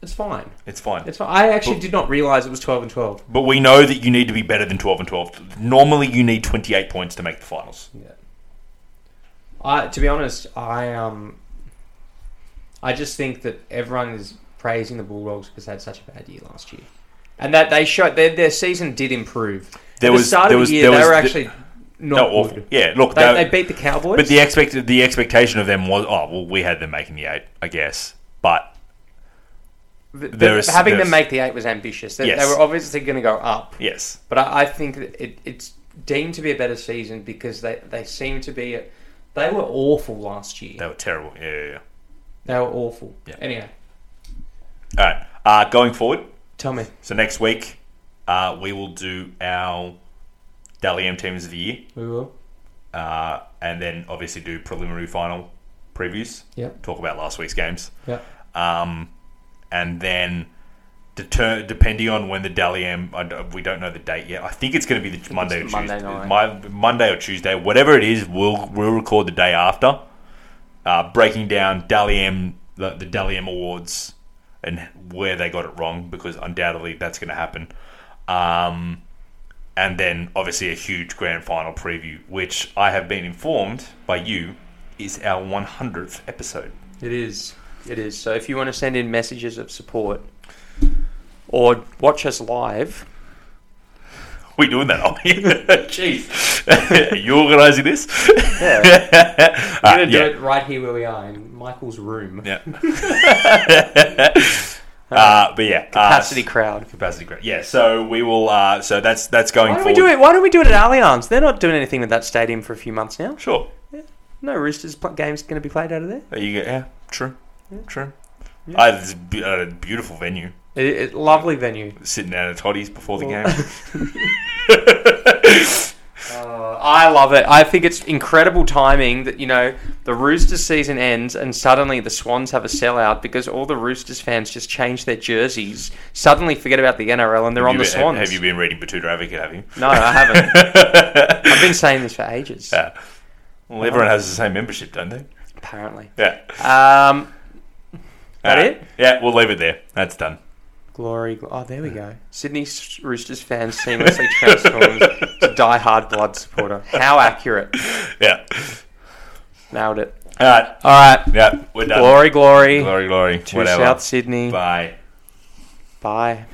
[SPEAKER 2] It's fine.
[SPEAKER 1] It's fine.
[SPEAKER 2] It's fine. I actually did not realize it was 12 and 12.
[SPEAKER 1] But we know that you need to be better than 12 and 12. Normally, you need 28 points to make the finals.
[SPEAKER 2] Yeah. I to be honest, I um I just think that everyone is praising the Bulldogs because they had such a bad year last year. And that they showed their their season did improve.
[SPEAKER 1] There
[SPEAKER 2] At the
[SPEAKER 1] was-
[SPEAKER 2] start
[SPEAKER 1] there
[SPEAKER 2] of
[SPEAKER 1] was-
[SPEAKER 2] the year
[SPEAKER 1] there
[SPEAKER 2] they
[SPEAKER 1] was
[SPEAKER 2] were
[SPEAKER 1] the-
[SPEAKER 2] actually
[SPEAKER 1] No,
[SPEAKER 2] not
[SPEAKER 1] awful.
[SPEAKER 2] good.
[SPEAKER 1] Yeah, look,
[SPEAKER 2] They,
[SPEAKER 1] they,
[SPEAKER 2] they beat the Cowboys.
[SPEAKER 1] but the expect the expectation of them was oh well, we had them making the eight, I guess. But
[SPEAKER 2] Th- th-
[SPEAKER 1] there is-
[SPEAKER 2] having
[SPEAKER 1] there's-
[SPEAKER 2] them make the eight was ambitious. They,
[SPEAKER 1] Yes.
[SPEAKER 2] they were obviously going to go up,
[SPEAKER 1] yes,
[SPEAKER 2] but I, I think that it, it's deemed to be a better season because they they seem to be. They were awful last year.
[SPEAKER 1] they were terrible. Yeah, yeah. yeah.
[SPEAKER 2] They were awful.
[SPEAKER 1] Yeah.
[SPEAKER 2] Anyway,
[SPEAKER 1] All right. Uh, going forward,
[SPEAKER 2] tell me.
[SPEAKER 1] so next week uh, we will do our Dally M teams of the year,
[SPEAKER 2] We will.
[SPEAKER 1] uh, and then obviously do preliminary final previews.
[SPEAKER 2] Yep.
[SPEAKER 1] Talk about last week's games.
[SPEAKER 2] Yep.
[SPEAKER 1] um, and then deter- depending on when the Dally M, I d- we don't know the date yet. I think it's going to be the Monday or
[SPEAKER 2] it's
[SPEAKER 1] Tuesday.
[SPEAKER 2] Monday night.
[SPEAKER 1] My, Monday or Tuesday, whatever it is, we'll we'll record the day after, uh, breaking down Dally M, the, the Dally M awards, and where they got it wrong because undoubtedly that's going to happen. Um, and then obviously a huge grand final preview, which I have been informed by you is our 100th episode.
[SPEAKER 2] It is. It is. So if you want to send in messages of support or watch us live,
[SPEAKER 1] we doing that, are we? Jeez. Are you organising this?
[SPEAKER 2] yeah,
[SPEAKER 1] Alright,
[SPEAKER 2] we're gonna do
[SPEAKER 1] yeah.
[SPEAKER 2] it right here where we are in Michael's room.
[SPEAKER 1] Yeah. uh, but yeah.
[SPEAKER 2] Capacity
[SPEAKER 1] Uh,
[SPEAKER 2] crowd.
[SPEAKER 1] capacity great. Yeah, so we will uh, so that's that's going
[SPEAKER 2] Why don't we
[SPEAKER 1] forward.
[SPEAKER 2] do it? Why don't we do it at Allianz? They're not doing anything with that stadium for a few months now.
[SPEAKER 1] Sure.
[SPEAKER 2] No Roosters pl- games going to be played out of there.
[SPEAKER 1] There you go. Yeah, true. True.
[SPEAKER 2] Yeah.
[SPEAKER 1] I, it's a bu- a beautiful venue.
[SPEAKER 2] It, it, lovely venue.
[SPEAKER 1] Sitting out of toddies before the
[SPEAKER 2] Oh.
[SPEAKER 1] game.
[SPEAKER 2] Uh, I love it. I think it's incredible timing that, you know, the Roosters season ends and suddenly the Swans have a sellout because all the Roosters fans just change their jerseys, suddenly forget about the NRL and they're on
[SPEAKER 1] You
[SPEAKER 2] the
[SPEAKER 1] been- have,
[SPEAKER 2] Swans.
[SPEAKER 1] have you been reading Batuta Advocate? Have you?
[SPEAKER 2] No, I haven't. I've been saying this for ages,
[SPEAKER 1] Yeah. Well, everyone has the same membership, don't they?
[SPEAKER 2] apparently.
[SPEAKER 1] Yeah.
[SPEAKER 2] Um, that
[SPEAKER 1] Alright.
[SPEAKER 2] it?
[SPEAKER 1] Yeah, we'll leave it there. That's done.
[SPEAKER 2] Glory, gl- oh, there we go. Sydney S- Roosters fans seamlessly transformed to die-hard blood supporter. How accurate.
[SPEAKER 1] Yeah.
[SPEAKER 2] Nailed it.
[SPEAKER 1] All right.
[SPEAKER 2] All right.
[SPEAKER 1] Yeah, we're done.
[SPEAKER 2] Glory, glory.
[SPEAKER 1] glory, glory.
[SPEAKER 2] to
[SPEAKER 1] whatever.
[SPEAKER 2] South Sydney.
[SPEAKER 1] Bye.
[SPEAKER 2] Bye.